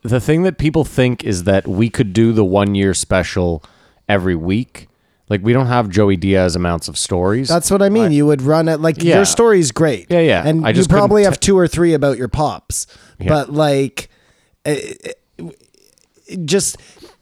[SPEAKER 2] the thing that people think is that we could do the one year special every week. Like we don't have Joey Diaz amounts of stories.
[SPEAKER 4] that's what I mean. You would run it like
[SPEAKER 2] Yeah.
[SPEAKER 4] your story's great,
[SPEAKER 2] Yeah, yeah.
[SPEAKER 4] and
[SPEAKER 2] I
[SPEAKER 4] you
[SPEAKER 2] just
[SPEAKER 4] probably
[SPEAKER 2] couldn't
[SPEAKER 4] have two or three about your pops, but like, it, it, just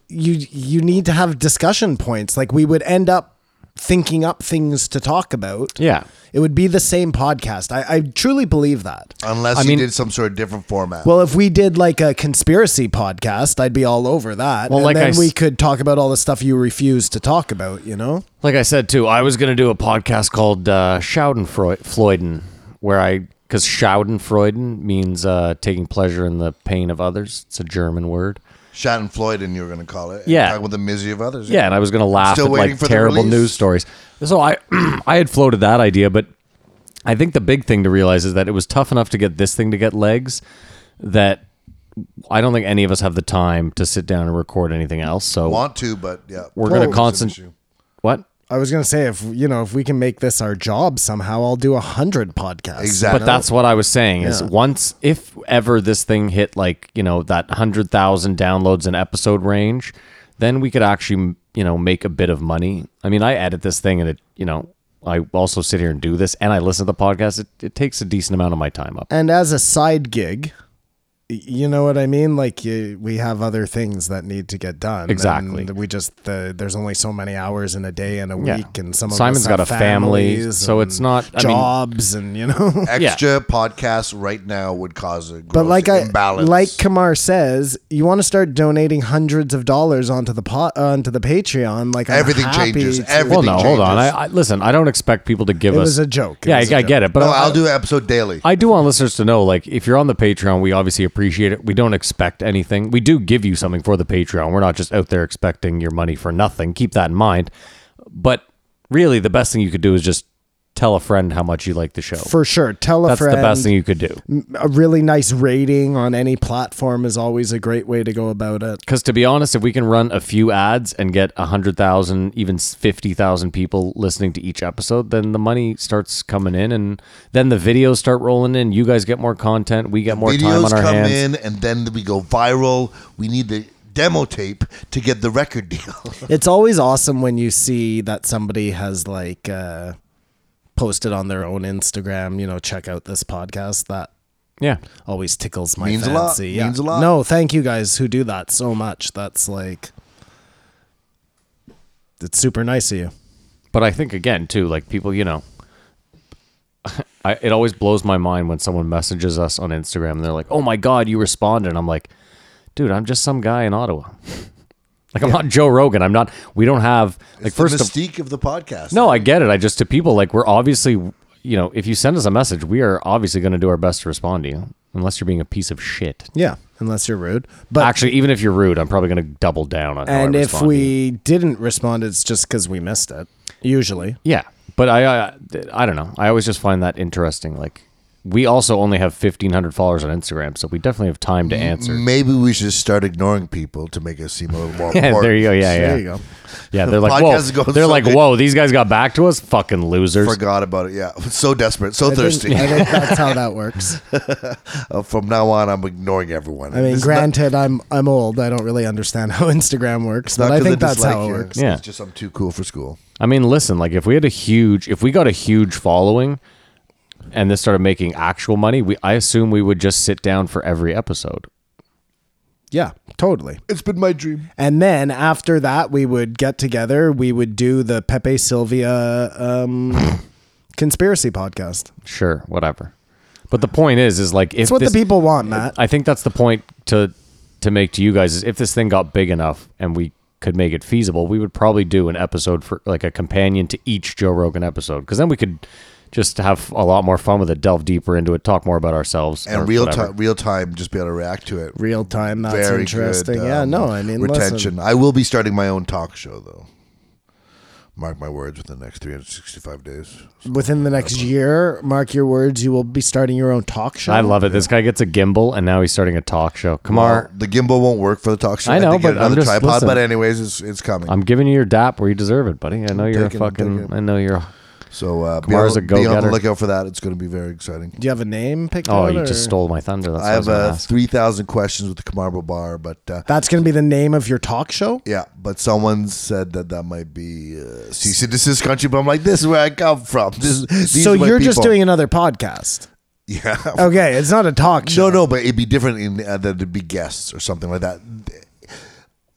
[SPEAKER 4] you you need to have discussion points. Like we would end up thinking up things to talk about.
[SPEAKER 2] yeah.
[SPEAKER 4] It would be the same podcast. I, I truly believe that.
[SPEAKER 3] Unless
[SPEAKER 2] I
[SPEAKER 3] you
[SPEAKER 2] mean-
[SPEAKER 3] did some sort of different format.
[SPEAKER 4] Well, if we did like a conspiracy podcast, I'd be all over that.
[SPEAKER 2] Well,
[SPEAKER 4] and
[SPEAKER 2] like I
[SPEAKER 4] then
[SPEAKER 2] s-
[SPEAKER 4] we could talk about all the stuff you refuse to talk about, you know?
[SPEAKER 2] Like I said too, I was gonna do a podcast called uh, Schadenfreuden, where I because Schadenfreuden means uh, taking pleasure in the pain of others. It's a German word.
[SPEAKER 3] Shannon Floyd, and you were going to call it. and
[SPEAKER 2] Yeah.
[SPEAKER 3] Talk about the misery of others.
[SPEAKER 2] Yeah, and I was gonna laugh
[SPEAKER 3] Still
[SPEAKER 2] at
[SPEAKER 3] waiting
[SPEAKER 2] like
[SPEAKER 3] for the
[SPEAKER 2] terrible
[SPEAKER 3] release.
[SPEAKER 2] news stories. So I *clears throat* I had floated that idea, but I think the big thing to realize is that it was tough enough to get this thing to get legs that I don't think any of us have the time to sit down and record anything else. So
[SPEAKER 3] Want to, but yeah.
[SPEAKER 2] we're
[SPEAKER 3] Well,
[SPEAKER 2] gonna
[SPEAKER 3] it's an
[SPEAKER 2] concentrate.
[SPEAKER 3] issue.
[SPEAKER 2] What?
[SPEAKER 4] I was going to say, if, you know, if we can make this our job somehow, I'll do a hundred podcasts.
[SPEAKER 3] Exactly.
[SPEAKER 2] But that's what I was saying is once, if ever this thing hit like, you know, that 100,000 downloads an episode range, then we could actually, you know, make a bit of money. I mean, I edit this thing and it, you know, I also sit here and do this and I listen to the podcast. It, it takes a decent amount of my time up.
[SPEAKER 4] And as a side gig, y- you know what I mean? Like you, we have other things that need to get done.
[SPEAKER 2] Exactly.
[SPEAKER 4] And we just, the, there's only so many hours in a day and a
[SPEAKER 2] Yeah.
[SPEAKER 4] week and some of
[SPEAKER 2] Simon's
[SPEAKER 4] us
[SPEAKER 2] got
[SPEAKER 4] have
[SPEAKER 2] a family,
[SPEAKER 4] families
[SPEAKER 2] so it's
[SPEAKER 4] and
[SPEAKER 2] not- I mean-
[SPEAKER 4] jobs and, you know,
[SPEAKER 2] *laughs*
[SPEAKER 3] Extra podcasts right now would cause a
[SPEAKER 4] But like I
[SPEAKER 3] imbalance.
[SPEAKER 4] like Kamar says, you want to start donating hundreds of dollars onto the pot onto the Patreon. Like I'm
[SPEAKER 3] Everything
[SPEAKER 4] happy
[SPEAKER 3] changes.
[SPEAKER 4] to-
[SPEAKER 3] Everything
[SPEAKER 2] Well, no, hold on. I,
[SPEAKER 3] changes.
[SPEAKER 2] I listen. I don't expect people to give
[SPEAKER 4] It
[SPEAKER 2] us.
[SPEAKER 4] was a joke. It
[SPEAKER 2] Yeah, I,
[SPEAKER 4] was a
[SPEAKER 2] I get it, but
[SPEAKER 3] no,
[SPEAKER 2] I,
[SPEAKER 3] I'll do an episode daily.
[SPEAKER 2] I do want listeners to know, like, if you're on the Patreon, we obviously appreciate it. We don't expect anything. We do give you something for the Patreon. We're not just out there expecting your money for nothing. Keep that in mind. But really, the best thing you could do is just tell a friend how much you like the show.
[SPEAKER 4] for sure. Tell a
[SPEAKER 2] That's
[SPEAKER 4] friend.
[SPEAKER 2] the best thing you could do.
[SPEAKER 4] A really nice rating on any platform is always a great way to go about it.
[SPEAKER 2] Because to be honest, if we can run a few ads and get 100,000, even 50,000 people listening to each episode, then the money starts coming in and then the videos start rolling in. You guys get more content. We get more time
[SPEAKER 3] Videos
[SPEAKER 2] on our
[SPEAKER 3] come
[SPEAKER 2] hands.
[SPEAKER 3] in, and then we go viral. We need the demo tape to get the record deal. *laughs*
[SPEAKER 4] It's always awesome when you see that somebody has like uh, posted on their own Instagram. You know, check out this podcast. That
[SPEAKER 2] Yeah.
[SPEAKER 4] always tickles my
[SPEAKER 3] Means a lot.
[SPEAKER 4] fancy. Yeah.
[SPEAKER 3] Means a lot.
[SPEAKER 4] No, thank you guys who do that so much. That's like it's super nice of you.
[SPEAKER 2] but I think again too, like people, you know, *laughs* I, it always blows my mind when someone messages us on Instagram and they're like, "Oh my god, you responded." And I'm like, "Dude, I'm just some guy in Ottawa. *laughs* like I'm not Joe Rogan. I'm not. We don't have like
[SPEAKER 3] First
[SPEAKER 2] first
[SPEAKER 3] the
[SPEAKER 2] of
[SPEAKER 3] mystique of the podcast.
[SPEAKER 2] no, I get it. I just to people like we're obviously, you know, if you send us a message, we are obviously going to do our best to respond to you, unless you're being a piece of shit.
[SPEAKER 4] Yeah, unless you're rude. But
[SPEAKER 2] Actually, even if you're rude, I'm probably going to double down on. how I
[SPEAKER 4] and if
[SPEAKER 2] respond to you.
[SPEAKER 4] we didn't respond, it's just because we missed it. Usually,
[SPEAKER 2] Yeah, but I, I I don't know. I always just find that interesting. Like we also only have fifteen hundred followers on Instagram, so we definitely have time to answer.
[SPEAKER 3] Maybe we should start ignoring people to make us seem a little more
[SPEAKER 2] Yeah,
[SPEAKER 3] important.
[SPEAKER 2] there you go. Yeah, yeah,
[SPEAKER 4] there you go.
[SPEAKER 2] yeah.
[SPEAKER 3] *laughs*
[SPEAKER 2] They're like,
[SPEAKER 3] Mm-hmm. Podcast
[SPEAKER 2] whoa.
[SPEAKER 3] is going
[SPEAKER 2] They're
[SPEAKER 3] so
[SPEAKER 2] like,
[SPEAKER 3] big.
[SPEAKER 2] whoa. These guys got back to us. Fucking losers.
[SPEAKER 3] Forgot about it. Yeah, *laughs* so desperate, so
[SPEAKER 4] I think,
[SPEAKER 3] thirsty.
[SPEAKER 4] I think that's how that works.
[SPEAKER 3] Uh, From now on, I'm ignoring everyone.
[SPEAKER 4] I mean, granted, I'm I'm old. I don't really understand *laughs* how Instagram works, but I think that's how it works.
[SPEAKER 2] Yeah.
[SPEAKER 3] it's just I'm too cool for school.
[SPEAKER 2] I mean, listen. Like, if we had a huge, if we got a huge following, and this started making actual money, we I assume we would just sit down for every episode.
[SPEAKER 4] Yeah, totally.
[SPEAKER 3] It's been my dream.
[SPEAKER 4] And then after that, we would get together. We would do the Pepe Sylvia *laughs* um, conspiracy podcast.
[SPEAKER 2] Sure, whatever. But the point is, is like if
[SPEAKER 4] It's what
[SPEAKER 2] this,
[SPEAKER 4] the people want, Matt.
[SPEAKER 2] I think that's the point to to make to you guys is if this thing got big enough and we could make it feasible, we would probably do an episode for like a companion to each Joe Rogan episode because then we could just have a lot more fun with it, delve deeper into it, talk more about ourselves or
[SPEAKER 3] And real
[SPEAKER 2] whatever.
[SPEAKER 3] time, real time, just be able to react to it.
[SPEAKER 4] Real time, that's
[SPEAKER 3] Very
[SPEAKER 4] interesting.
[SPEAKER 3] Good,
[SPEAKER 4] yeah,
[SPEAKER 3] um,
[SPEAKER 4] no, I mean,
[SPEAKER 3] retention.
[SPEAKER 4] Listen,
[SPEAKER 3] I will be starting my own talk show though. Mark my words within the next 365 days.
[SPEAKER 4] Within the next year, mark your words, you will be starting your own talk show.
[SPEAKER 2] I love it. This guy gets a gimbal and now he's starting a talk show. Kamar,
[SPEAKER 3] Well, the gimbal won't work for the talk show.
[SPEAKER 2] I know,
[SPEAKER 3] have to get
[SPEAKER 2] but I'm
[SPEAKER 3] another
[SPEAKER 2] just-
[SPEAKER 3] tripod.
[SPEAKER 2] listen.
[SPEAKER 3] But anyways, it's it's coming.
[SPEAKER 2] I'm giving you your dap where you deserve it, buddy. I know you're
[SPEAKER 3] taking-
[SPEAKER 2] a fucking.
[SPEAKER 3] taking-
[SPEAKER 2] I know you're.
[SPEAKER 3] so uh, be,
[SPEAKER 2] Kamar's
[SPEAKER 3] on,
[SPEAKER 2] a
[SPEAKER 3] be on
[SPEAKER 2] go-getter.
[SPEAKER 3] the lookout for that. It's going to be very exciting.
[SPEAKER 4] Do you have a name picked
[SPEAKER 2] Oh,
[SPEAKER 4] out,
[SPEAKER 2] you
[SPEAKER 4] or-
[SPEAKER 2] just stole my thunder. That's
[SPEAKER 3] I have
[SPEAKER 2] uh,
[SPEAKER 3] uh, 3,000 questions with the Camargo Bar, but uh,
[SPEAKER 4] That's going to be the name of your talk show?
[SPEAKER 3] yeah, but someone said that that might be uh, cease and desist country. But I'm like, this is where I come from. This, is- these
[SPEAKER 4] so
[SPEAKER 3] are my
[SPEAKER 4] you're just
[SPEAKER 3] people.
[SPEAKER 4] doing another podcast.
[SPEAKER 3] *laughs* yeah.
[SPEAKER 4] Okay, it's not a talk show.
[SPEAKER 3] No, no, but it'd be different in uh, that it'd be guests or something like that.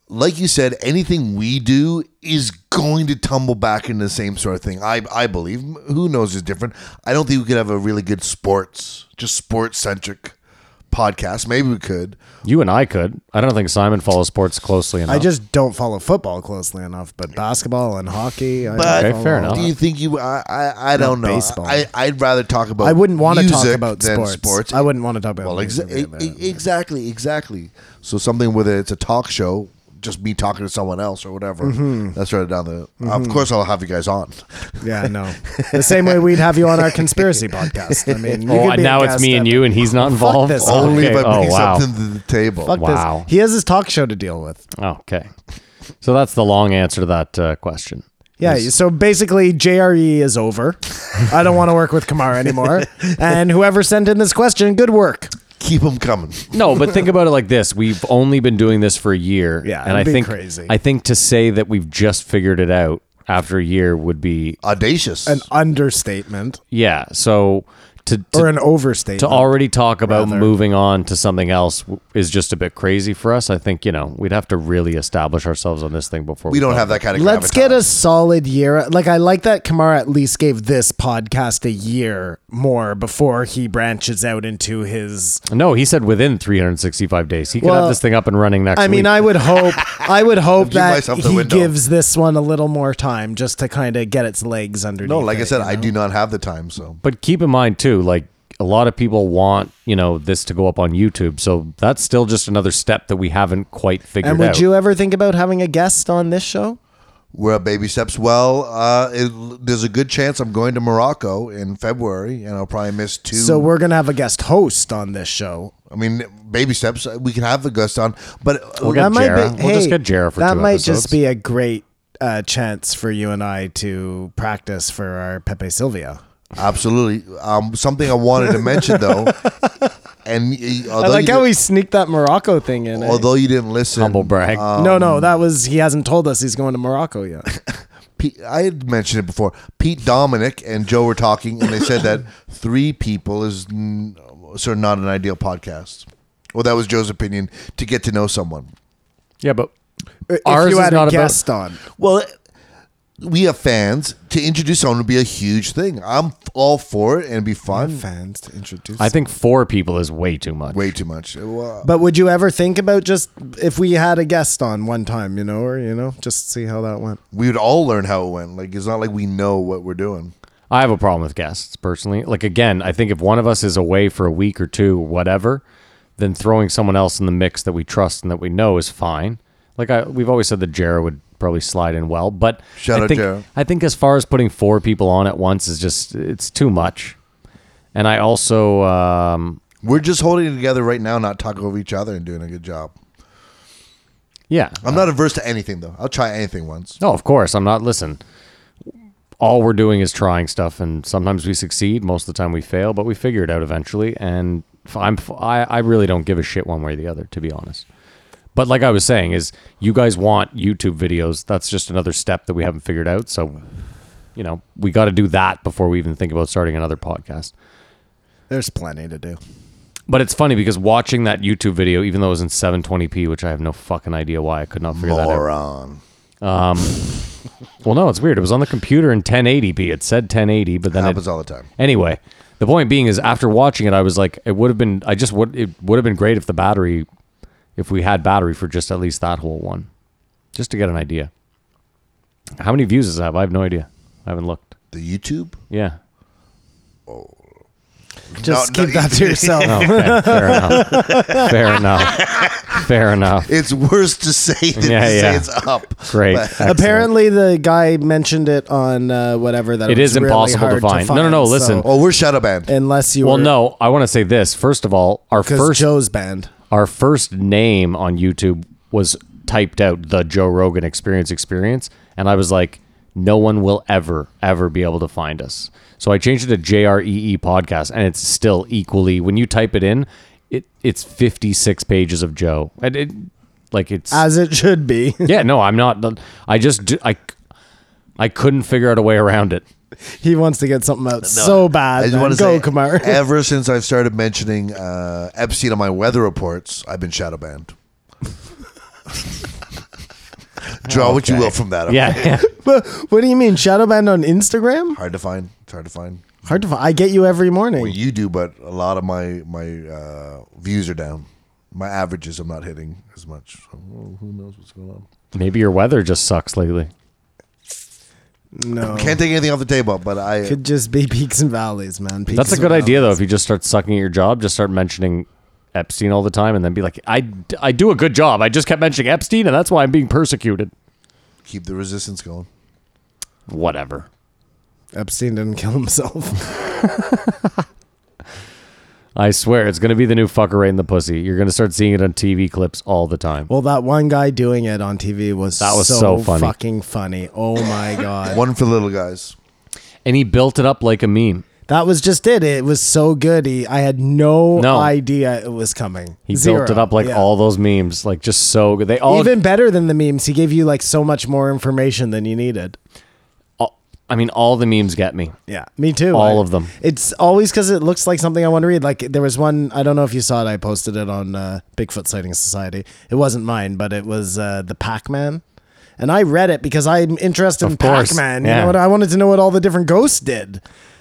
[SPEAKER 3] Like you said, anything we do is going to tumble back into the same sort of thing. I I believe. Who knows is different. I don't think we could have a really good sports, just sports centric podcast. Maybe we could.
[SPEAKER 2] you and I could. I don't think Simon follows sports closely
[SPEAKER 3] Oh.
[SPEAKER 2] enough.
[SPEAKER 4] I just don't follow football closely enough, but basketball and hockey. I
[SPEAKER 3] But-
[SPEAKER 4] don't
[SPEAKER 2] Okay, fair
[SPEAKER 4] follow.
[SPEAKER 2] enough.
[SPEAKER 3] Do you think you? I I, I don't know.
[SPEAKER 4] baseball.
[SPEAKER 3] I I'd rather talk about.
[SPEAKER 4] I wouldn't want to talk
[SPEAKER 3] music
[SPEAKER 4] about
[SPEAKER 3] than
[SPEAKER 4] sports. I wouldn't want to talk about
[SPEAKER 3] Well, exa-
[SPEAKER 4] music
[SPEAKER 3] e-
[SPEAKER 4] either.
[SPEAKER 3] e- exactly, exactly. So something whether it's a talk show, just me talking to someone else or whatever.
[SPEAKER 4] Mm-hmm.
[SPEAKER 3] That's right down the. Of course, I'll have you guys on.
[SPEAKER 4] Yeah,
[SPEAKER 3] *laughs*
[SPEAKER 4] no. The same way we'd have you on our conspiracy podcast. I mean, you
[SPEAKER 2] oh,
[SPEAKER 4] could
[SPEAKER 2] and
[SPEAKER 4] be a
[SPEAKER 2] now it's
[SPEAKER 4] guest
[SPEAKER 2] me and
[SPEAKER 4] at-
[SPEAKER 2] you, and
[SPEAKER 4] *laughs*
[SPEAKER 2] he's not involved.
[SPEAKER 4] this.
[SPEAKER 3] Only
[SPEAKER 2] okay.
[SPEAKER 3] if I
[SPEAKER 2] oh,
[SPEAKER 4] *laughs*
[SPEAKER 3] bring
[SPEAKER 2] wow.
[SPEAKER 3] something to the table.
[SPEAKER 4] Fuck
[SPEAKER 2] Wow.
[SPEAKER 4] this. He has his talk show to deal with.
[SPEAKER 2] Okay, so that's the long answer to that uh, question.
[SPEAKER 4] Yeah, so basically JRE is over. I don't want to work with Kamara
[SPEAKER 2] *laughs*
[SPEAKER 4] anymore. And whoever sent in this question, good work.
[SPEAKER 3] Keep them coming.
[SPEAKER 2] No, but think about it like this: we've only been doing this for a year,
[SPEAKER 4] *laughs* Yeah,
[SPEAKER 2] and
[SPEAKER 4] it'd
[SPEAKER 2] I
[SPEAKER 4] be
[SPEAKER 2] think
[SPEAKER 4] crazy.
[SPEAKER 2] I think to say that we've just figured it out after a year would be
[SPEAKER 3] Audacious.
[SPEAKER 4] An understatement
[SPEAKER 2] yeah. So to to,
[SPEAKER 4] or an overstatement.
[SPEAKER 2] to already talk about
[SPEAKER 4] rather.
[SPEAKER 2] moving on to something else w- is just a bit crazy for us. I think you know we'd have to really establish ourselves on this thing before
[SPEAKER 3] we don't
[SPEAKER 2] thought
[SPEAKER 3] have that kind of.
[SPEAKER 4] Let's get a
[SPEAKER 3] gravitas.
[SPEAKER 4] solid year. Like I like that Kamara at least gave this podcast a year more before he branches out into his
[SPEAKER 2] No, he said within 365 days. He could
[SPEAKER 4] Well,
[SPEAKER 2] have this thing up and running next
[SPEAKER 4] I mean,
[SPEAKER 2] week.
[SPEAKER 4] I would hope *laughs* I would hope
[SPEAKER 3] Give
[SPEAKER 4] that
[SPEAKER 3] myself the
[SPEAKER 4] he
[SPEAKER 3] window.
[SPEAKER 4] gives this one a little more time just to kind of get its legs underneath.
[SPEAKER 3] No, like I
[SPEAKER 4] it,
[SPEAKER 3] said,
[SPEAKER 4] you
[SPEAKER 3] I
[SPEAKER 4] know?
[SPEAKER 3] do not have the time. So
[SPEAKER 2] but keep in mind too, like a lot of people want, you know, this to go up on YouTube. So that's still just another step that we haven't quite figured
[SPEAKER 4] And would
[SPEAKER 2] out.
[SPEAKER 4] you ever think about having a guest on this show?
[SPEAKER 3] we're at baby steps. Well, uh, it, there's a good chance I'm going to Morocco in February, and I'll probably miss two.
[SPEAKER 4] So
[SPEAKER 2] Mm.
[SPEAKER 4] we're gonna have a guest host on this show.
[SPEAKER 3] I mean, baby steps. uh, We can have the guest on, but
[SPEAKER 2] We'll get
[SPEAKER 4] that might
[SPEAKER 2] Jera.
[SPEAKER 4] be.
[SPEAKER 2] we'll just
[SPEAKER 4] hey,
[SPEAKER 2] get Jera for
[SPEAKER 4] that
[SPEAKER 2] two
[SPEAKER 4] might
[SPEAKER 2] episodes.
[SPEAKER 4] just be a great uh, chance for you and I to practice for our Pepe Silvia.
[SPEAKER 3] Absolutely. Um, something I wanted to mention
[SPEAKER 4] *laughs*
[SPEAKER 3] though, and uh, although,
[SPEAKER 4] I like
[SPEAKER 3] you
[SPEAKER 4] how
[SPEAKER 3] did,
[SPEAKER 4] we sneaked that Morocco thing in. eh?
[SPEAKER 3] although you didn't listen,
[SPEAKER 2] humble brag.
[SPEAKER 4] no, no, that was he hasn't told us he's going to Morocco *laughs* yet.
[SPEAKER 3] Pete, I had mentioned it before. Pete Dominic and Joe were talking, and they said
[SPEAKER 4] *laughs*
[SPEAKER 3] that three people is n- sort of not an ideal podcast. Well, that was Joe's opinion to get to know someone.
[SPEAKER 2] yeah, but
[SPEAKER 4] if
[SPEAKER 2] Ours
[SPEAKER 4] you
[SPEAKER 2] is
[SPEAKER 4] had
[SPEAKER 2] not
[SPEAKER 4] a
[SPEAKER 2] about-
[SPEAKER 4] guest on,
[SPEAKER 3] Well, we have fans. To introduce someone would be a huge thing. I'm all for it, and it'd be fun.
[SPEAKER 4] fans to introduce.
[SPEAKER 2] I think four people is way too much.
[SPEAKER 3] Way too much. Well,
[SPEAKER 4] But would you ever think about just if we had a guest on one time, you know, or you know, just see how that went?
[SPEAKER 3] we would all learn how it went. Like it's not like we know what we're doing.
[SPEAKER 2] I have a problem with guests personally. Like again, I think if one of us is away for a week or two, or whatever, then throwing someone else in the mix that we trust and that we know is fine. Like I, we've always said that Jared would probably slide in well, but
[SPEAKER 3] Shout
[SPEAKER 2] I
[SPEAKER 3] out
[SPEAKER 2] think
[SPEAKER 3] Jarrah.
[SPEAKER 2] I think as far as putting four people on at once is just it's too much. And I also um,
[SPEAKER 3] We're just holding it together right now, not talking over each other and doing a good job.
[SPEAKER 2] yeah,
[SPEAKER 3] I'm
[SPEAKER 4] Uh,
[SPEAKER 3] not averse to anything though. I'll try anything once.
[SPEAKER 2] No, of course. I'm not. Listen, all we're doing is trying stuff, and sometimes we succeed. Most of the time we fail, but we figure it out eventually. And f- I'm, f- I, I really don't give a shit one way or the other, to be honest. But like I was saying, is you guys want YouTube videos? That's just another step that we haven't figured out. So, you know, we got to do that before we even think about starting another podcast.
[SPEAKER 4] There's plenty to do.
[SPEAKER 2] But it's funny because watching that YouTube video, even though it was in 720p, which I have no fucking idea why I could not figure that out.
[SPEAKER 3] Moron.
[SPEAKER 2] Well, no, it's weird. It was on the computer in 1080p. It said 1080, but then
[SPEAKER 3] Happens
[SPEAKER 2] it,
[SPEAKER 3] all the time.
[SPEAKER 2] Anyway, the point being is after watching it, I was like, it would have been, I just would, it would have been great if the battery, if we had battery for just at least that whole one, just to get an idea. How many views does it have? I have no idea. I haven't looked.
[SPEAKER 3] The YouTube.
[SPEAKER 2] Yeah.
[SPEAKER 4] *laughs* Just
[SPEAKER 3] *laughs* No, no,
[SPEAKER 4] keep that to yourself.
[SPEAKER 2] Oh, Okay, fair enough. Fair enough. Fair enough.
[SPEAKER 3] It's worse to say than
[SPEAKER 2] Yeah,
[SPEAKER 3] to
[SPEAKER 2] yeah.
[SPEAKER 3] say it's up.
[SPEAKER 2] Great.
[SPEAKER 3] But-
[SPEAKER 2] Excellent.
[SPEAKER 4] Apparently, the guy mentioned it on uh, whatever that
[SPEAKER 2] It
[SPEAKER 4] was
[SPEAKER 2] is
[SPEAKER 4] really
[SPEAKER 2] impossible to
[SPEAKER 4] hard
[SPEAKER 2] find. No, no, no,
[SPEAKER 4] so-
[SPEAKER 2] listen.
[SPEAKER 3] oh, we're shadow banned.
[SPEAKER 4] unless you
[SPEAKER 2] Well,
[SPEAKER 4] were-
[SPEAKER 2] no, I want to say this. First of all, our
[SPEAKER 4] 'cause
[SPEAKER 2] first
[SPEAKER 4] Joe's band.
[SPEAKER 2] our first name on YouTube was typed out the Joe Rogan Experience Experience, and I was like, no one will ever ever be able to find us. So I changed it to JREE E Podcast, and it's still equally when you type it in, it it's fifty six pages of Joe, and it like it's
[SPEAKER 4] As it should be. *laughs*
[SPEAKER 2] yeah no I'm not I just do, I I couldn't figure out a way around it.
[SPEAKER 4] he wants to get something out so bad.
[SPEAKER 3] I just
[SPEAKER 4] man.
[SPEAKER 3] want to
[SPEAKER 4] uh, Go,
[SPEAKER 3] say,
[SPEAKER 4] *laughs* Kumar.
[SPEAKER 3] ever since I've started mentioning uh, Epstein on my weather reports, I've been shadow
[SPEAKER 2] *laughs*
[SPEAKER 3] banned. Draw what you will from that. okay?
[SPEAKER 2] Yeah, *laughs* yeah.
[SPEAKER 4] But what do you mean, shadow band on Instagram?
[SPEAKER 3] hard to find. It's hard to find.
[SPEAKER 4] Hard to find. I get you every morning.
[SPEAKER 3] Well, you do, but a lot of my my uh, views are down. My averages I'm not hitting as much. So, well, who knows what's going on?
[SPEAKER 2] maybe your weather just sucks lately.
[SPEAKER 4] no,
[SPEAKER 3] Can't take anything off the table, but I
[SPEAKER 4] could just be peaks and valleys, man. Peaks
[SPEAKER 2] That's a
[SPEAKER 4] and
[SPEAKER 2] good
[SPEAKER 4] valleys.
[SPEAKER 2] idea, though. If you just start sucking at your job, just start mentioning Epstein all the time, and then be like, "I, I do a good job. I just kept mentioning Epstein, and that's why I'm being persecuted."
[SPEAKER 3] keep the resistance going.
[SPEAKER 2] Whatever.
[SPEAKER 4] Epstein didn't kill himself. *laughs*
[SPEAKER 2] I swear, it's gonna be the new fucker right in the pussy. You're gonna start seeing it on TV clips all the time.
[SPEAKER 4] well, that one guy doing it on TV was
[SPEAKER 2] That was so funny.
[SPEAKER 4] fucking funny. Oh my *laughs* god.
[SPEAKER 3] One for the little guys.
[SPEAKER 2] And he built it up like a meme.
[SPEAKER 4] That was just it. It was so good. He, I had no,
[SPEAKER 2] No.
[SPEAKER 4] idea it was coming.
[SPEAKER 2] He
[SPEAKER 4] Zero.
[SPEAKER 2] built it up like
[SPEAKER 4] Yeah.
[SPEAKER 2] all those memes, like just so good. They all
[SPEAKER 4] Even better than the memes, he gave you like so much more information than you needed.
[SPEAKER 2] all- I mean, all the memes get me.
[SPEAKER 4] Yeah, me too.
[SPEAKER 2] All
[SPEAKER 4] I-
[SPEAKER 2] of them.
[SPEAKER 4] It's always because it looks like something I want to read. Like there was one. I don't know if you saw it. I posted it on uh, Bigfoot Sighting Society. It wasn't mine, but it was uh, the Pac Man. And I read it because I'm interested in
[SPEAKER 2] course,
[SPEAKER 4] Pac Man.
[SPEAKER 2] yeah.
[SPEAKER 4] You know what? I wanted to know what all the different ghosts did.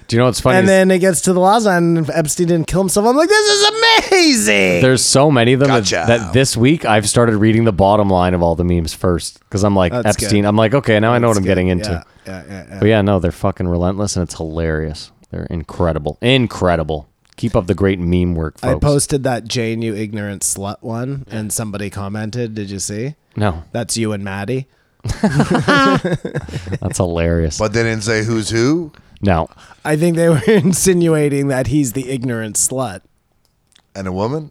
[SPEAKER 2] Do you know what's funny?
[SPEAKER 4] And
[SPEAKER 2] is
[SPEAKER 4] then it gets to the last line, and Epstein didn't kill himself. I'm like, this is amazing.
[SPEAKER 2] there's so many of them that-
[SPEAKER 3] Gotcha.
[SPEAKER 2] that this week I've started reading the bottom line of all the memes first because I'm like
[SPEAKER 4] That's
[SPEAKER 2] Epstein.
[SPEAKER 4] good.
[SPEAKER 2] I'm like, okay, now I know what I'm
[SPEAKER 4] It's
[SPEAKER 2] getting
[SPEAKER 4] good.
[SPEAKER 2] into.
[SPEAKER 4] Yeah, yeah, yeah, yeah.
[SPEAKER 2] But yeah, no, they're fucking relentless and it's hilarious. They're incredible. Incredible. Keep up the great meme work,
[SPEAKER 4] I
[SPEAKER 2] folks.
[SPEAKER 4] posted that Jane, you ignorant slut one, and somebody commented, Did you see?
[SPEAKER 2] no,
[SPEAKER 4] That's you and Maddie.
[SPEAKER 2] that's
[SPEAKER 4] *laughs*
[SPEAKER 2] hilarious.
[SPEAKER 3] But they didn't say who's who,
[SPEAKER 2] no,
[SPEAKER 4] I think they *laughs* were insinuating that he's the ignorant slut.
[SPEAKER 3] and a woman.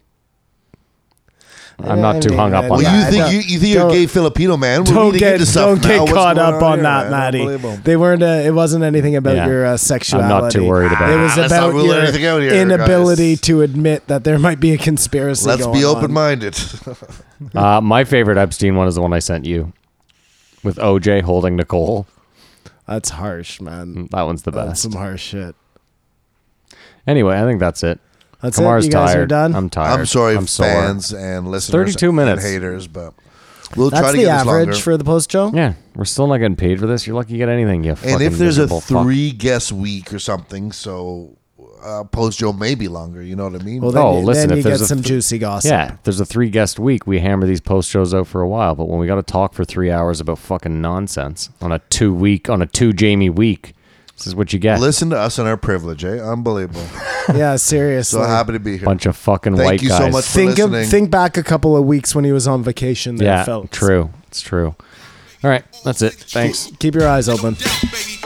[SPEAKER 2] I'm not too
[SPEAKER 4] mean,
[SPEAKER 2] hung up
[SPEAKER 4] I-
[SPEAKER 2] on
[SPEAKER 3] Well,
[SPEAKER 4] Yeah,
[SPEAKER 2] that.
[SPEAKER 3] you think
[SPEAKER 4] don't-
[SPEAKER 3] you, you think you're a
[SPEAKER 4] don't-
[SPEAKER 3] gay Filipino man? We're
[SPEAKER 4] Don't
[SPEAKER 3] really
[SPEAKER 4] get
[SPEAKER 3] into
[SPEAKER 4] don't
[SPEAKER 3] stuff
[SPEAKER 4] get
[SPEAKER 3] now. What's
[SPEAKER 4] caught
[SPEAKER 3] going
[SPEAKER 4] up on
[SPEAKER 3] here,
[SPEAKER 4] that,
[SPEAKER 3] man?
[SPEAKER 4] Maddie.
[SPEAKER 3] Unbelievable.
[SPEAKER 4] They weren't. Uh, it wasn't anything about
[SPEAKER 2] Yeah.
[SPEAKER 4] your
[SPEAKER 2] I'm
[SPEAKER 4] uh,
[SPEAKER 2] not too
[SPEAKER 4] sexuality.
[SPEAKER 2] worried about
[SPEAKER 4] it.
[SPEAKER 2] it.
[SPEAKER 4] was
[SPEAKER 3] Let's not
[SPEAKER 4] about
[SPEAKER 3] rule
[SPEAKER 4] your
[SPEAKER 3] anything out here,
[SPEAKER 4] inability
[SPEAKER 3] guys.
[SPEAKER 4] to admit that there might be a conspiracy.
[SPEAKER 3] Let's
[SPEAKER 4] going
[SPEAKER 3] be
[SPEAKER 4] on.
[SPEAKER 3] open minded.
[SPEAKER 2] Uh, my favorite Epstein one is the one I sent you with OJ holding Nicole.
[SPEAKER 4] That's harsh, man.
[SPEAKER 2] That one's the
[SPEAKER 4] That's
[SPEAKER 2] Mm, best.
[SPEAKER 4] some harsh shit.
[SPEAKER 2] Anyway, I think that's it.
[SPEAKER 4] That's
[SPEAKER 2] Kamar's
[SPEAKER 4] it. You guys
[SPEAKER 2] tired.
[SPEAKER 4] are done.
[SPEAKER 2] I'm tired.
[SPEAKER 3] I'm sorry,
[SPEAKER 2] I'm sore.
[SPEAKER 3] fans and listeners,
[SPEAKER 2] 32 minutes.
[SPEAKER 3] and haters, but we'll try
[SPEAKER 4] That's
[SPEAKER 3] to
[SPEAKER 4] the
[SPEAKER 3] get this longer.
[SPEAKER 4] average for the post, Joe.
[SPEAKER 2] Yeah, we're still not getting paid for this. You're lucky you get anything. You
[SPEAKER 3] and
[SPEAKER 2] fucking
[SPEAKER 3] if there's a
[SPEAKER 2] miserable fuck.
[SPEAKER 3] three guess week or something, so uh, post Joe may be longer. You know what I mean?
[SPEAKER 4] Well, then,
[SPEAKER 2] Oh,
[SPEAKER 4] you,
[SPEAKER 2] listen,
[SPEAKER 4] then
[SPEAKER 2] if
[SPEAKER 4] you
[SPEAKER 2] there's
[SPEAKER 4] get
[SPEAKER 2] a
[SPEAKER 4] some
[SPEAKER 2] th-
[SPEAKER 4] juicy gossip.
[SPEAKER 2] Yeah, if there's a three guest week. We hammer these post shows out for a while, but when we got to talk for three hours about fucking nonsense on a two week on a two Jamie week, this is what you get.
[SPEAKER 3] Listen to us and our privilege, eh?
[SPEAKER 2] *laughs*
[SPEAKER 3] Unbelievable.
[SPEAKER 4] *laughs* yeah, seriously.
[SPEAKER 3] So happy to be here.
[SPEAKER 2] Bunch of fucking
[SPEAKER 3] Thank
[SPEAKER 2] white
[SPEAKER 3] you so
[SPEAKER 2] guys.
[SPEAKER 3] much for
[SPEAKER 4] think of
[SPEAKER 3] listening.
[SPEAKER 4] think back a couple of weeks when he was on vacation. There,
[SPEAKER 2] yeah,
[SPEAKER 4] fellas.
[SPEAKER 2] true. It's true. All right, that's it. Thanks.
[SPEAKER 4] Keep your eyes open.
[SPEAKER 1] No doubt, baby.